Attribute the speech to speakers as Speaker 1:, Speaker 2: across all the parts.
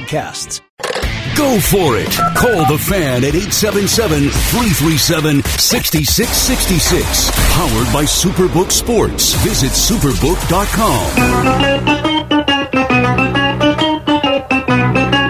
Speaker 1: Go for it. Call the fan at 877 337 6666. Powered by Superbook Sports. Visit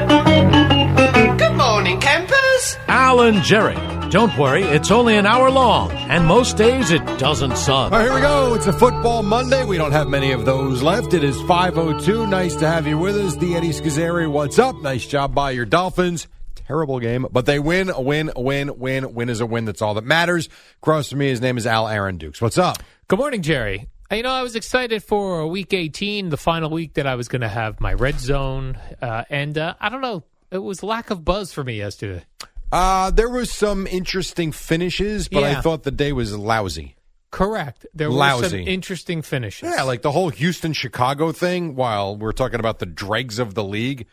Speaker 1: superbook.com.
Speaker 2: Good morning, campers.
Speaker 3: Alan Jerry. Don't worry, it's only an hour long, and most days it doesn't suck.
Speaker 4: All right, here we go. It's a football Monday. We don't have many of those left. It is 5.02. Nice to have you with us. The Eddie Scazzeri, what's up? Nice job by your Dolphins. Terrible game, but they win, a win, a win, win, win is a win. That's all that matters. Across from me, his name is Al Aaron Dukes. What's up?
Speaker 5: Good morning, Jerry. You know, I was excited for Week 18, the final week that I was going to have my red zone, uh, and uh, I don't know, it was lack of buzz for me yesterday.
Speaker 4: Uh, there was some interesting finishes, but
Speaker 5: Yeah.
Speaker 4: I thought the day was lousy.
Speaker 5: Correct. There were some
Speaker 4: Lousy.
Speaker 5: interesting finishes.
Speaker 4: Yeah, like the whole Houston Chicago thing. While we're talking about the dregs of the league,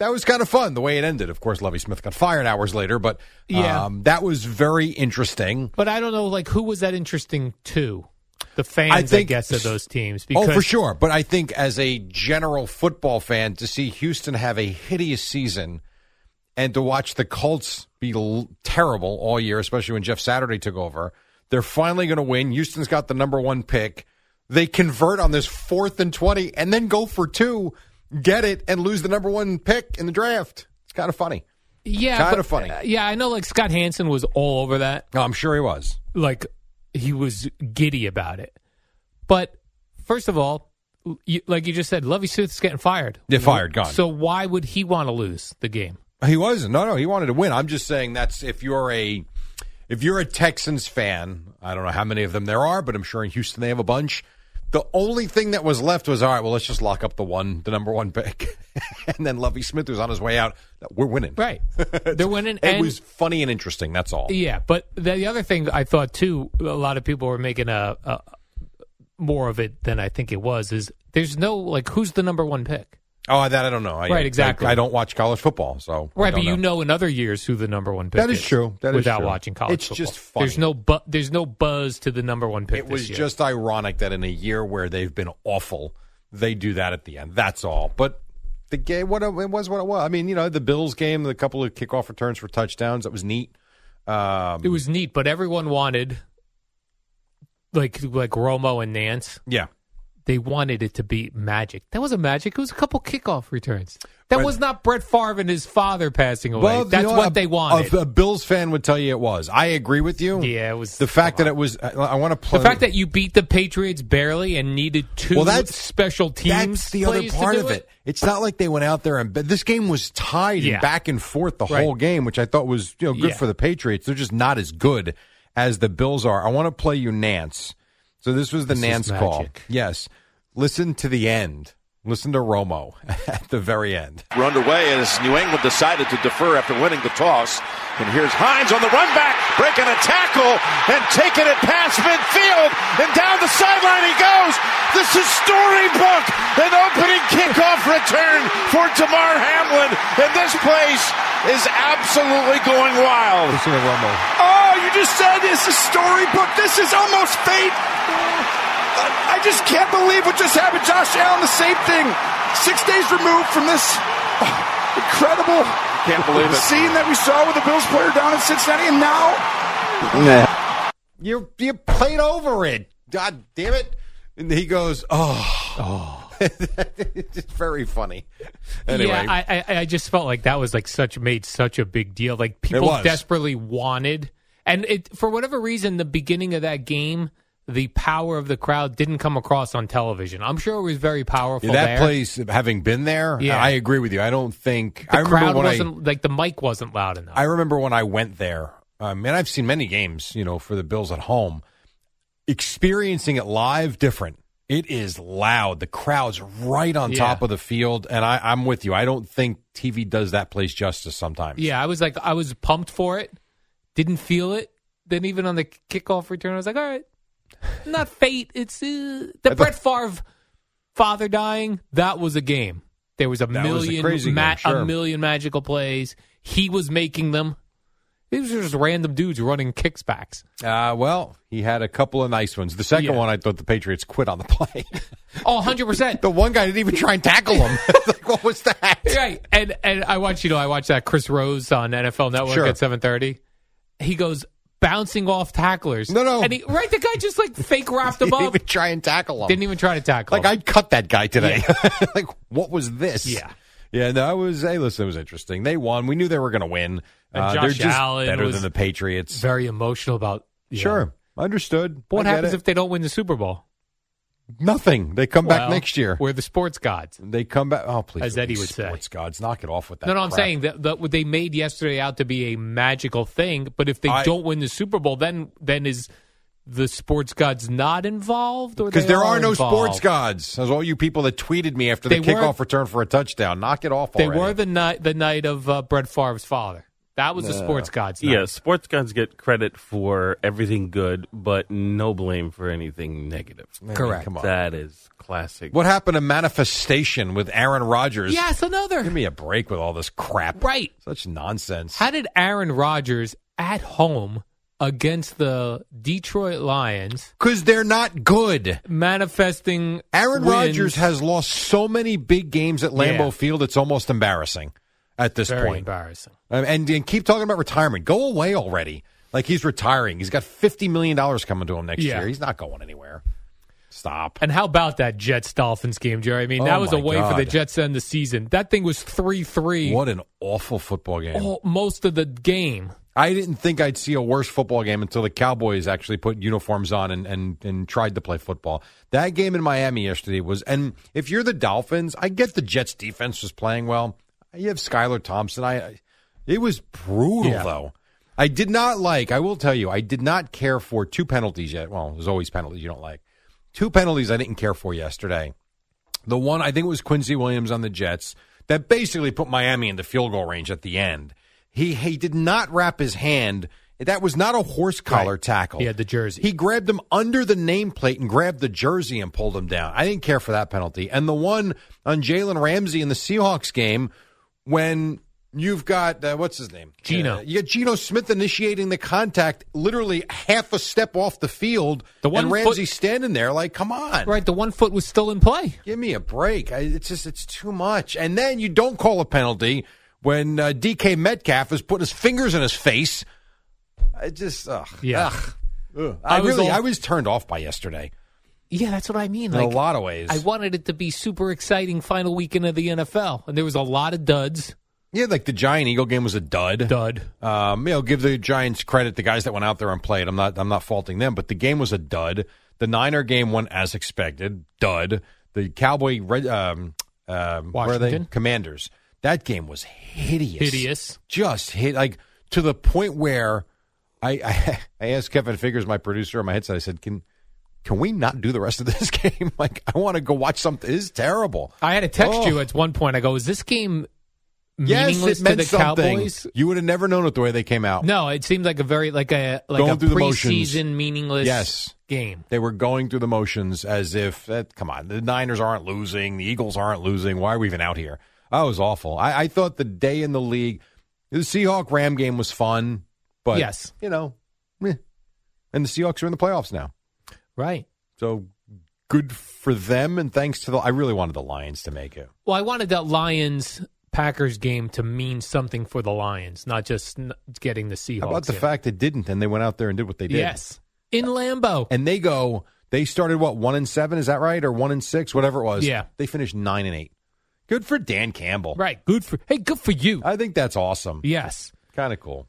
Speaker 4: that was kind of fun the way it ended. Of course, Levy Smith got fired hours later, but
Speaker 5: Yeah.
Speaker 4: um, that was very interesting.
Speaker 5: but I don't know, like who was that interesting to? The fans, I,
Speaker 4: I think-
Speaker 5: guess, of those teams.
Speaker 4: oh, for sure. But I think as a general football fan, to see Houston have a hideous season and to watch the Colts be l- terrible all year, especially when Jeff Saturday took over, they're finally going to win. Houston's got the number one pick. They convert on this fourth and 20 and then go for two, get it, and lose the number one pick in the draft. It's kind of funny.
Speaker 5: yeah,
Speaker 4: kinda
Speaker 5: but- uh,
Speaker 4: funny.
Speaker 5: yeah, I know. Like Scott Hansen was all over that.
Speaker 4: No, I'm sure he was.
Speaker 5: Like he was giddy about it. But first of all, you, like you just said, Lovey Smith's getting fired.
Speaker 4: They're fired, gone.
Speaker 5: So why would he want to lose the game?
Speaker 4: He wasn't. No, no, he wanted to win. I'm just saying that's if you're a if you're a Texans fan, I don't know how many of them there are, but I'm sure in Houston they have a bunch. The only thing that was left was all right. Well, let's just lock up the one, the number one pick, and then Lovey Smith was on his way out. We're winning.
Speaker 5: Right. They're winning.
Speaker 4: It
Speaker 5: and-
Speaker 4: was funny and interesting. That's all.
Speaker 5: Yeah, but the, the other thing I thought too, a lot of people were making a, a more of it than I think it was. Is there's no like who's the number one pick?
Speaker 4: Oh, that I don't know. I,
Speaker 5: Right, exactly.
Speaker 4: I, I don't watch college football, so I
Speaker 5: Right,
Speaker 4: don't
Speaker 5: but you know in other years who the number one pick
Speaker 4: That is true. That is
Speaker 5: without
Speaker 4: true.
Speaker 5: watching college
Speaker 4: It's
Speaker 5: football.
Speaker 4: just funny.
Speaker 5: There's no bu- there's no buzz to the number one pick.
Speaker 4: It
Speaker 5: this
Speaker 4: was
Speaker 5: year.
Speaker 4: just ironic that in a year where they've been awful, they do that at the end. That's all. But the game, what it, it was, what it was. I mean, you know, the Bills game, the couple of kickoff returns for touchdowns. That was neat. Um,
Speaker 5: it was neat, but everyone wanted like like Romo and Nance.
Speaker 4: yeah.
Speaker 5: They wanted it to be magic. That wasn't magic. It was a couple kickoff returns. That
Speaker 4: Right.
Speaker 5: was not Brett Favre and his father passing away.
Speaker 4: you
Speaker 5: That's
Speaker 4: know
Speaker 5: what
Speaker 4: a-
Speaker 5: they wanted.
Speaker 4: A, a Bills fan would tell you it was. I agree with you.
Speaker 5: Yeah, it was-
Speaker 4: the fact
Speaker 5: come
Speaker 4: that it was. I, I want to
Speaker 5: The
Speaker 4: play
Speaker 5: fact that you beat the Patriots barely and needed two
Speaker 4: Well, that's-
Speaker 5: special teams.
Speaker 4: That's the other
Speaker 5: plays to
Speaker 4: part
Speaker 5: do
Speaker 4: of it. It's not like they went out there and but this game was tied
Speaker 5: Yeah.
Speaker 4: and back and forth the
Speaker 5: Right.
Speaker 4: whole game, which I thought was you know good
Speaker 5: Yeah.
Speaker 4: for the Patriots. They're just not as good as the Bills are. I want to play you Nance. So this was the
Speaker 5: This is
Speaker 4: Nance call.
Speaker 5: magic.
Speaker 4: Yes, listen to the end. Listen to Romo at the very end.
Speaker 6: were underway as New England decided to defer after winning the toss. And here's Hines on the run back, breaking a tackle and taking it past midfield. And down the sideline he goes. This is storybook. An opening kickoff return for Damar Hamlin. And this place is absolutely going wild.
Speaker 4: Listen to Romo.
Speaker 6: Oh, you just said this is storybook. This is almost fate. I I just can't believe what just happened. Josh Allen, the same thing. Six days removed from this incredible can't believe it. scene that we saw with the Bills player down in Cincinnati, and now
Speaker 4: You you played over it. God damn it! And he goes, oh, it's just very funny. Anyway,
Speaker 5: Yeah, I, I, I just felt like that was like such made such a big deal. Like people
Speaker 4: was.
Speaker 5: desperately wanted, and it for whatever reason, the beginning of that game, the power of the crowd didn't come across on television. I'm sure it was very powerful.
Speaker 4: Yeah, that
Speaker 5: there.
Speaker 4: place, having been there,
Speaker 5: Yeah.
Speaker 4: I agree with you. I don't think I
Speaker 5: the
Speaker 4: remember
Speaker 5: crowd
Speaker 4: when
Speaker 5: wasn't like the mic wasn't loud enough.
Speaker 4: I, I remember when I went there. Um, and I've seen many games, you know, for the Bills at home. Experiencing it live, different. It is loud. The crowd's right on
Speaker 5: Yeah.
Speaker 4: top of the field, and I, I'm with you. I don't think TV does that place justice sometimes.
Speaker 5: Yeah, I was like, I was pumped for it. Didn't feel it. Then even on the kickoff return, I was like, all right, not fate. It's uh, the Brett Favre father dying. That was a game. There was a
Speaker 4: That was a
Speaker 5: million,
Speaker 4: crazy game, sure.
Speaker 5: a million magical plays. He was making them. These were just random dudes running kicks backs.
Speaker 4: Uh, well, he had a couple of nice ones. The second
Speaker 5: Yeah.
Speaker 4: one, I thought the Patriots quit on the play.
Speaker 5: Oh, 100 percent.
Speaker 4: the one guy didn't even try and tackle him. like, what was that?
Speaker 5: Right. And and I watch you know I watch that Chris Rose on NFL Network
Speaker 4: Sure.
Speaker 5: at 7:30. He goes bouncing off tacklers.
Speaker 4: No, no.
Speaker 5: And he, right the guy just like fake wrapped him
Speaker 4: Didn't
Speaker 5: up.
Speaker 4: even try and tackle him.
Speaker 5: Didn't even try to tackle.
Speaker 4: like
Speaker 5: him.
Speaker 4: I'd cut that guy today. like what was this?
Speaker 5: Yeah.
Speaker 4: Yeah, no, it was. Hey, listen, it was interesting. They won. We knew they were going to win.
Speaker 5: And
Speaker 4: Uh,
Speaker 5: Josh
Speaker 4: they're just
Speaker 5: Allen
Speaker 4: better
Speaker 5: was
Speaker 4: than the Patriots.
Speaker 5: very emotional about. you know,
Speaker 4: Sure, understood.
Speaker 5: But what
Speaker 4: I get
Speaker 5: happens
Speaker 4: it.
Speaker 5: if they don't win the Super Bowl?
Speaker 4: nothing? They come back
Speaker 5: Well,
Speaker 4: next year.
Speaker 5: We're the sports gods.
Speaker 4: They come back. Oh, please,
Speaker 5: As
Speaker 4: don't
Speaker 5: Eddie
Speaker 4: be
Speaker 5: would say.
Speaker 4: sports gods, knock it off with that.
Speaker 5: no, no, I'm
Speaker 4: crap.
Speaker 5: saying that, that what they made yesterday out to be a magical thing. But if they
Speaker 4: I-
Speaker 5: don't win the Super Bowl, then then is the sports gods not involved? Or
Speaker 4: Because
Speaker 5: they
Speaker 4: there are, no sports
Speaker 5: involved?
Speaker 4: gods. As all you people that tweeted me after the
Speaker 5: They were-
Speaker 4: kickoff return for a touchdown, knock it off.
Speaker 5: They
Speaker 4: already.
Speaker 5: were the night the night of uh, Brett Favre's father. That was the sports gods. Night.
Speaker 2: Yeah, sports guys get credit for everything good, but no blame for anything negative.
Speaker 4: Man,
Speaker 5: correct.
Speaker 4: Come on.
Speaker 2: That is classic.
Speaker 4: What happened to manifestation with Aaron Rodgers?
Speaker 5: Yes,
Speaker 4: Give
Speaker 5: another
Speaker 4: me a break with all this crap.
Speaker 5: right.
Speaker 4: Such nonsense.
Speaker 5: How did Aaron Rodgers at home against the Detroit Lions
Speaker 4: Because they're not good.
Speaker 5: manifesting?
Speaker 4: Aaron
Speaker 5: wins?
Speaker 4: Rodgers has lost so many big games at Lambeau
Speaker 5: Yeah.
Speaker 4: Field, it's almost embarrassing at this
Speaker 5: very
Speaker 4: point.
Speaker 5: embarrassing.
Speaker 4: Um, and, and keep talking about retirement. Go away already. Like he's retiring. He's got $50 million coming to him next
Speaker 5: Yeah.
Speaker 4: year. He's not going anywhere. Stop.
Speaker 5: And how about that Jets Dolphins game, Jerry? I mean,
Speaker 4: Oh
Speaker 5: that was a
Speaker 4: my
Speaker 5: way for the
Speaker 4: God.
Speaker 5: Jets to end the season. That thing was three three
Speaker 4: What an awful football game.
Speaker 5: most of the game.
Speaker 4: I didn't think I'd see a worse football game until the Cowboys actually put uniforms on and, and, and tried to play football. That game in Miami yesterday was, and if you're the Dolphins, I get the Jets defense was playing well. You have Skylar Thompson. I, I- it was brutal though. I did not like. I will tell you, I did not care for two penalties yet. Well, there's always penalties you don't like. Two penalties I didn't care for yesterday. The one I think it was Quincy Williams on the Jets that basically put Miami in the field goal range at the end. He he did not wrap his hand. That was not a horse collar tackle.
Speaker 5: He had the jersey.
Speaker 4: He grabbed him under the nameplate and grabbed the jersey and pulled him down. I didn't care for that penalty. And the one on Jalen Ramsey in the Seahawks game when you've got uh, what's his name
Speaker 5: Geno.
Speaker 4: Uh, you got Geno Smith initiating the contact, literally half a step off the field.
Speaker 5: The one
Speaker 4: and
Speaker 5: foot-
Speaker 4: Ramsey standing there like, come on,
Speaker 5: Right, the one foot was still in play.
Speaker 4: Give me a break. I, it's just it's too much. And then you don't call a penalty when uh, DK Metcalf is putting his fingers in his face. I just ugh.
Speaker 5: Yeah.
Speaker 4: Ugh. Ugh. I,
Speaker 5: I was
Speaker 4: really
Speaker 5: all-
Speaker 4: I was turned off by yesterday
Speaker 5: Yeah, that's what I mean.
Speaker 4: in
Speaker 5: Like
Speaker 4: a lot of ways.
Speaker 5: I wanted it to be super exciting final weekend of the NFL, and there was a lot of duds.
Speaker 4: yeah, like the Giant Eagle game was a dud.
Speaker 5: Dud.
Speaker 4: Um, you know, give the Giants credit. The guys that went out there and played. I'm not. I'm not faulting them. But the game was a dud. The Niner game went as expected. Dud. The Cowboy. Red, um, um, where are they?
Speaker 5: Washington.
Speaker 4: Commanders. That game was hideous.
Speaker 5: Hideous.
Speaker 4: Just hit like to the point where I I, I asked Kevin Figures, my producer on my headset. I said, "Can can we not do the rest of this game? like, I want to go watch something. It's terrible."
Speaker 5: I had to text
Speaker 4: Oh.
Speaker 5: you at one point. I go, "Is this game
Speaker 4: Yes,
Speaker 5: meaningless
Speaker 4: it meant
Speaker 5: to the
Speaker 4: something.
Speaker 5: Cowboys?"
Speaker 4: You would have never known it the way they came out.
Speaker 5: No, it seemed like a very like a like
Speaker 4: Going
Speaker 5: a
Speaker 4: through the motions.
Speaker 5: preseason meaningless
Speaker 4: Yes.
Speaker 5: game.
Speaker 4: They were going through the motions as if, eh, come on, the Niners aren't losing, the Eagles aren't losing. Why are we even out here? That was awful. I, I thought the day in the league, the Seahawk Ram game was fun, but
Speaker 5: Yes.
Speaker 4: you know, meh. and the Seahawks are in the playoffs now,
Speaker 5: Right.
Speaker 4: so good for them. And thanks to the, I really wanted the Lions to make it.
Speaker 5: Well, I wanted that Lions Packers game to mean something for the Lions, not just n- getting the Seahawks.
Speaker 4: How about the
Speaker 5: in.
Speaker 4: fact it didn't, and they went out there and did what they did?
Speaker 5: Yes, in Lambeau.
Speaker 4: and they go they started what one and seven is that right or one and six whatever it was
Speaker 5: Yeah.
Speaker 4: they finished nine and eight good for dan campbell
Speaker 5: Right. Good for hey, good for you.
Speaker 4: i think that's awesome
Speaker 5: yes.
Speaker 4: kind of cool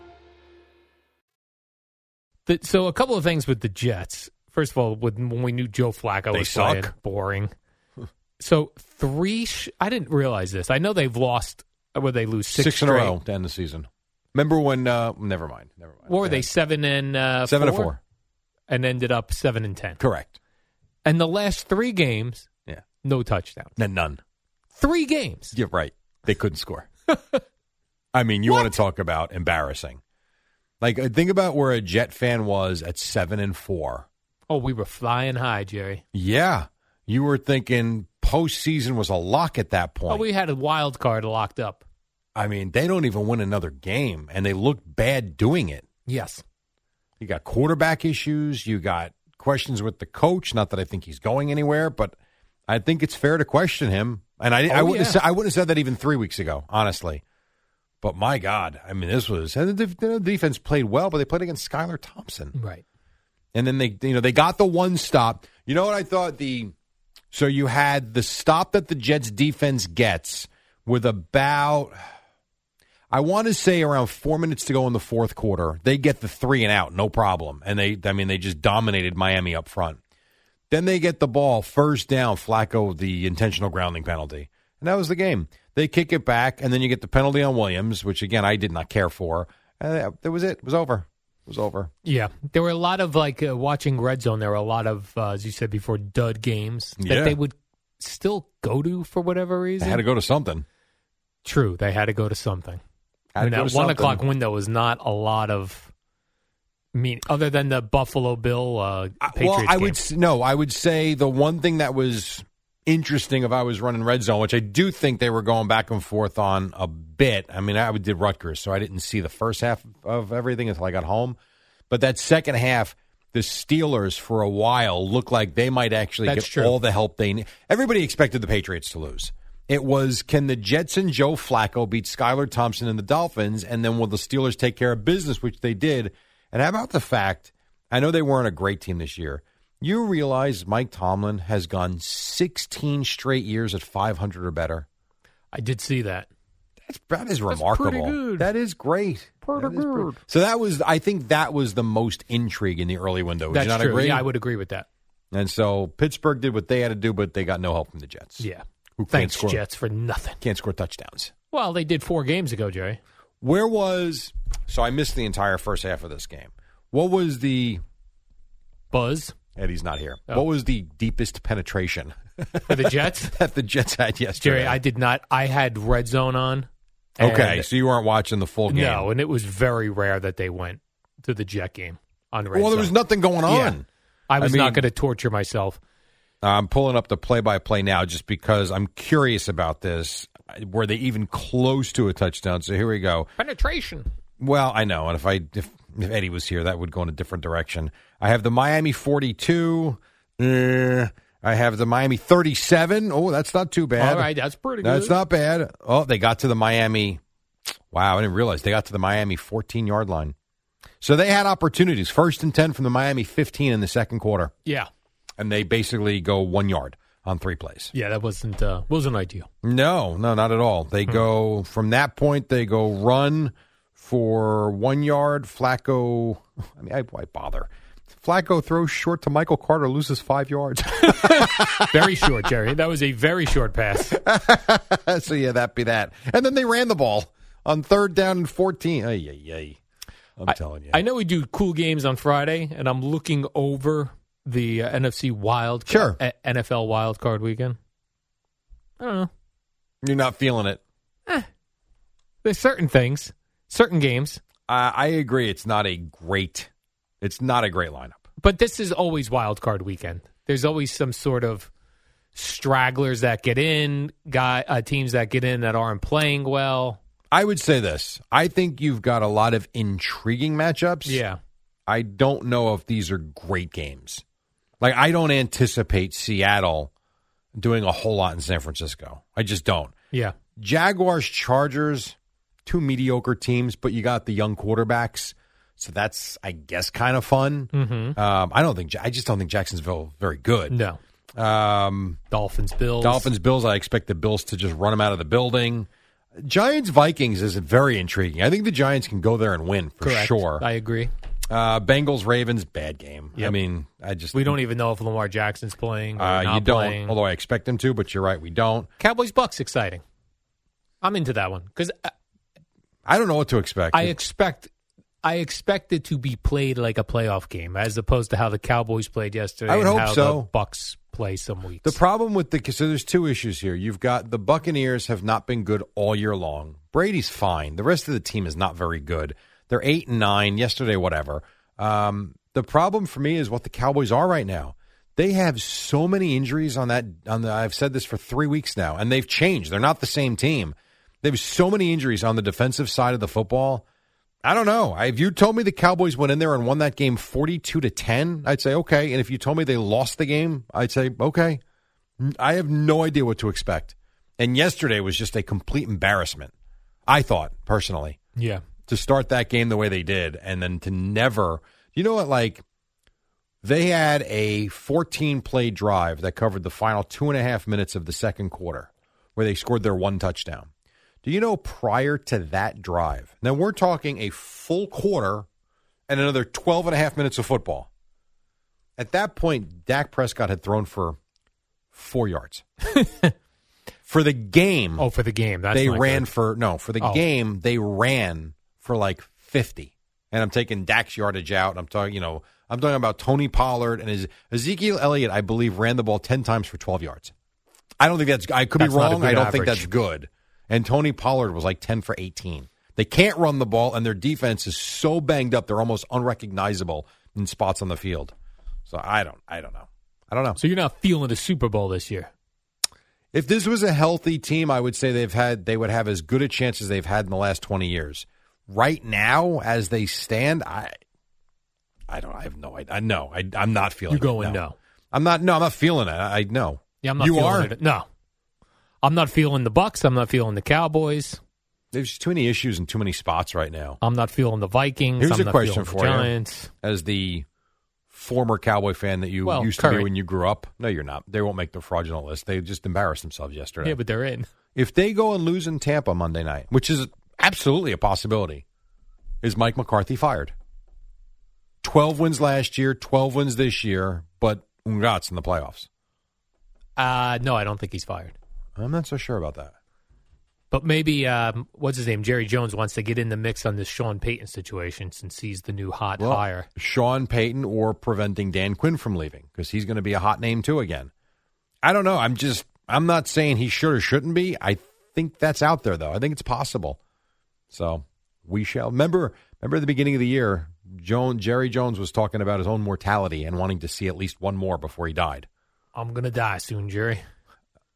Speaker 5: The, so a couple of things with the Jets. First of all, when, when we knew Joe Flacco
Speaker 4: They
Speaker 5: was
Speaker 4: suck.
Speaker 5: playing, boring. So three, sh- I didn't realize this. I know they've lost. Where they lose six,
Speaker 4: Six, in a
Speaker 5: straight.
Speaker 4: row to end the season. Remember when? Uh, never mind. Never mind.
Speaker 5: What were they seven and uh,
Speaker 4: Seven
Speaker 5: four?
Speaker 4: to four.
Speaker 5: and ended up seven and ten.
Speaker 4: Correct.
Speaker 5: And the last three games,
Speaker 4: Yeah.
Speaker 5: no touchdowns.
Speaker 4: Then none.
Speaker 5: Three games.
Speaker 4: You're right. They couldn't score. I mean, you want to talk about embarrassing? Like, uh, think about where a Jet fan was at seven and four.
Speaker 5: Oh, we were flying high, Jerry.
Speaker 4: Yeah, you were thinking postseason was a lock at that point.
Speaker 5: Oh, we had a wild card locked up.
Speaker 4: I mean, they don't even win another game, and they look bad doing it.
Speaker 5: Yes.
Speaker 4: You got quarterback issues. You got questions with the coach. Not that I think he's going anywhere, but I think it's fair to question him. And I, I
Speaker 5: Oh,
Speaker 4: wouldn't have
Speaker 5: yeah.
Speaker 4: said, I wouldn't have said that even three weeks ago, honestly. But my God, I mean, this was and the, the defense played well, but they played against Skylar Thompson,
Speaker 5: Right.
Speaker 4: and then they you know they got the one stop. You know what I thought the so you had the stop that the Jets defense gets with about I want to say around four minutes to go in the fourth quarter, they get the three and out, no problem. And they, I mean, they just dominated Miami up front. Then they get the ball first down, Flacco, the intentional grounding penalty. And that was the game. They kick it back, and then you get the penalty on Williams, which again, I did not care for. And that- that was it. It was over. It was over.
Speaker 5: Yeah, there were a lot of like uh, watching Red Zone. There were a lot of, uh, as you said before, dud games that
Speaker 4: Yeah.
Speaker 5: they would still go to for whatever
Speaker 4: They
Speaker 5: reason.
Speaker 4: had to go to something.
Speaker 5: True, they had to go to something.
Speaker 4: Had to
Speaker 5: And
Speaker 4: go
Speaker 5: that one
Speaker 4: to something.
Speaker 5: o'clock window was not a lot of. I mean, other than the Buffalo Bill uh,
Speaker 4: I-
Speaker 5: Patriots
Speaker 4: well, I
Speaker 5: game.
Speaker 4: would s- no, I would say the one thing that was interesting if I was running red zone, which I do think they were going back and forth on a bit. I mean, I did Rutgers, so I didn't see the first half of everything until I got home. But that second half, the Steelers for a while looked like they might actually
Speaker 5: That's
Speaker 4: get
Speaker 5: true.
Speaker 4: all the help they need. Everybody expected the Patriots to lose. It was can the Jets and Joe Flacco beat Skylar Thompson and the Dolphins, and then will the Steelers take care of business, which they did. And how about the fact? I know they weren't a great team this year. You realize Mike Tomlin has gone 16 straight years at 500 or better.
Speaker 5: I did see that.
Speaker 4: That's, that is
Speaker 5: pretty
Speaker 4: remarkable.
Speaker 5: good.
Speaker 4: That is great. That is pretty- So that was, I think, that was the most intrigue in the early window. Would
Speaker 5: That's
Speaker 4: you not
Speaker 5: true.
Speaker 4: agree?
Speaker 5: Yeah, I would agree with that.
Speaker 4: And so Pittsburgh did what they had to do, but they got no help from the Jets.
Speaker 5: Yeah.
Speaker 4: Who can't
Speaker 5: Thanks,
Speaker 4: score.
Speaker 5: Jets, for nothing.
Speaker 4: can't score touchdowns.
Speaker 5: Well, they did four games ago, Jerry.
Speaker 4: Where was? So I missed the entire first half of this game. What was the?
Speaker 5: Buzz
Speaker 4: Eddie's not here.
Speaker 5: Oh.
Speaker 4: What was the deepest penetration
Speaker 5: for the Jets.
Speaker 4: that the Jets had yesterday?
Speaker 5: Jerry, I did not. I had red zone on. and-
Speaker 4: okay, so you weren't watching the full game.
Speaker 5: No, and it was very rare that they went to the Jet game on red
Speaker 4: well, there was
Speaker 5: zone.
Speaker 4: nothing going on.
Speaker 5: I
Speaker 4: I
Speaker 5: was not
Speaker 4: mean-
Speaker 5: going to torture myself.
Speaker 4: I'm pulling up the play-by-play now just because I'm curious about this. Were they even close to a touchdown? So here we go.
Speaker 5: Penetration.
Speaker 4: Well, I know, and if I if, if Eddie was here, that would go in a different direction. I have the Miami forty-two. Uh, I have the Miami thirty-seven. Oh, that's not too bad.
Speaker 5: All right, that's pretty good.
Speaker 4: that's not bad. Oh, they got to the Miami. Wow, I didn't realize they got to the Miami fourteen-yard line. So they had opportunities, first and ten from the Miami fifteen in the second quarter,
Speaker 5: Yeah,
Speaker 4: and they basically go one yard on three plays.
Speaker 5: yeah, that wasn't uh, wasn't ideal.
Speaker 4: No, no, not at all. They
Speaker 5: Hmm.
Speaker 4: go from that point. They go run for one yard. Flacco. I mean, I, why bother? Flacco throws short to Michael Carter, loses five yards.
Speaker 5: Very short, Jerry. That was a very short pass.
Speaker 4: so yeah, that be that. And then they ran the ball on third down and fourteen. Ay, ay, ay. I'm telling you.
Speaker 5: I know we do cool games on Friday, and I'm looking over the uh, NFC Wild,
Speaker 4: Sure.
Speaker 5: uh, NFL Wild Card Weekend. I don't know.
Speaker 4: You're not feeling it.
Speaker 5: There's certain things, certain games,
Speaker 4: I, I agree. It's not a great. It's not a great lineup.
Speaker 5: but this is always wild card weekend. There's always some sort of stragglers that get in, guy uh, teams that get in that aren't playing well.
Speaker 4: I would say this. I think you've got a lot of intriguing matchups.
Speaker 5: Yeah,
Speaker 4: I don't know if these are great games. Like I don't anticipate Seattle doing a whole lot in San Francisco. I just don't.
Speaker 5: Yeah.
Speaker 4: Jaguars, Chargers, two mediocre teams, but you got the young quarterbacks, so that's I guess kind of fun.
Speaker 5: Mm-hmm.
Speaker 4: Um, I don't think I just don't think Jacksonville very good.
Speaker 5: No.
Speaker 4: Um,
Speaker 5: Dolphins, Bills.
Speaker 4: Dolphins, Bills. I expect the Bills to just run them out of the building. Giants, Vikings is very intriguing. I think the Giants can go there and win for
Speaker 5: Correct.
Speaker 4: sure.
Speaker 5: I agree.
Speaker 4: Uh, Bengals, Ravens, bad game. I mean, I just
Speaker 5: We don't even know if Lamar Jackson's playing or
Speaker 4: Uh,
Speaker 5: not
Speaker 4: you don't.
Speaker 5: playing.
Speaker 4: Although I expect them to, but you're right, we don't.
Speaker 5: Cowboys Bucks exciting. I'm into that one because
Speaker 4: I don't know what to expect.
Speaker 5: I expect I expect it to be played like a playoff game as opposed to how the Cowboys played yesterday.
Speaker 4: I would
Speaker 5: and
Speaker 4: hope
Speaker 5: how
Speaker 4: so.
Speaker 5: The Bucks play some weeks.
Speaker 4: the problem with the so there's two issues here. You've got the Buccaneers have not been good all year long. Brady's fine. The rest of the team is not very good. They're eight and nine yesterday, whatever. Um, the problem for me is what the Cowboys are right now. They have so many injuries on that. On the, I've said this for three weeks now, and they've changed. They're not the same team. They have so many injuries on the defensive side of the football. I don't know. If you told me the Cowboys went in there and won that game forty-two to ten, I'd say okay. And if you told me they lost the game, I'd say okay. I have no idea what to expect. And yesterday was just a complete embarrassment. I thought personally
Speaker 5: yeah,
Speaker 4: to start that game the way they did, and then to never. You know what? Like they had a 14 play drive that covered the final two and a half minutes of the second quarter, where they scored their one touchdown. Do you know prior to that drive? Now we're talking a full quarter and another 12 and a half minutes of football. At that point, Dak Prescott had thrown for four yards. for the game,
Speaker 5: Oh, for the game. That's
Speaker 4: they
Speaker 5: not
Speaker 4: ran
Speaker 5: good.
Speaker 4: for, no, for the
Speaker 5: Oh.
Speaker 4: game, they ran for like 50. And I'm taking Dak's yardage out. I'm talking, you know, I'm talking about Tony Pollard and his, Ezekiel Elliott, I believe, ran the ball 10 times for 12 yards. I don't think that's, I could
Speaker 5: That's
Speaker 4: be
Speaker 5: not a
Speaker 4: wrong.
Speaker 5: good
Speaker 4: I don't think
Speaker 5: average.
Speaker 4: that's good. And Tony Pollard was like 10 for 18. They can't run the ball, and their defense is so banged up, they're almost unrecognizable in spots on the field. So I don't, I don't know. I don't know.
Speaker 5: So you're not feeling the Super Bowl this year.
Speaker 4: If this was a healthy team, I would say they've had they would have as good a chance as they've had in the last twenty years. Right now, as they stand, I I don't I have no idea. I know I I'm not feeling
Speaker 5: You're going
Speaker 4: it,
Speaker 5: no.
Speaker 4: I'm not no, I'm not feeling it. I I know.
Speaker 5: Yeah, I'm not.
Speaker 4: You
Speaker 5: feeling
Speaker 4: are.
Speaker 5: It. No, I'm not feeling the Bucks. I'm not feeling the Cowboys.
Speaker 4: There's just too many issues in too many spots right now.
Speaker 5: I'm not feeling the Vikings.
Speaker 4: Here's
Speaker 5: I'm
Speaker 4: a
Speaker 5: not
Speaker 4: question
Speaker 5: feeling
Speaker 4: for
Speaker 5: the
Speaker 4: you.
Speaker 5: Giants.
Speaker 4: As the former Cowboy fan that you
Speaker 5: Well,
Speaker 4: used to be
Speaker 5: current.
Speaker 4: when you grew up, no, you're not. They won't make the fraudulent list. They just embarrassed themselves yesterday.
Speaker 5: Yeah, but they're in.
Speaker 4: if they go and lose in Tampa Monday night, which is absolutely a possibility, is Mike McCarthy fired? 12 wins last year, 12 wins this year, but Ungat's in the playoffs.
Speaker 5: Uh, no, I don't think he's fired.
Speaker 4: I'm not so sure about that.
Speaker 5: But maybe um, what's his name? Jerry Jones wants to get in the mix on this Sean Payton situation since he's the new hot
Speaker 4: Well,
Speaker 5: hire.
Speaker 4: Sean Payton or preventing Dan Quinn from leaving because he's going to be a hot name too again. I don't know. I'm just, I'm not saying he should or shouldn't be. I think that's out there though. I think it's possible. So we shall remember. Remember at the beginning of the year, Joan, Jerry Jones was talking about his own mortality and wanting to see at least one more before he died.
Speaker 5: I'm gonna die soon, Jerry.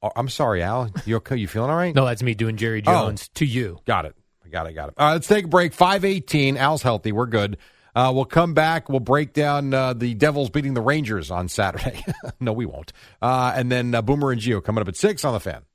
Speaker 4: Oh, I'm sorry, Al. You okay? You feeling all right?
Speaker 5: No, that's me doing Jerry
Speaker 4: Oh.
Speaker 5: Jones to you.
Speaker 4: Got it. I got it. Got it. All right, let's take a break. 518. Al's healthy. We're good. Uh, we'll come back. We'll break down uh, the Devils beating the Rangers on Saturday. no, we won't. Uh, and then uh, Boomer and Geo coming up at 6 on the fan.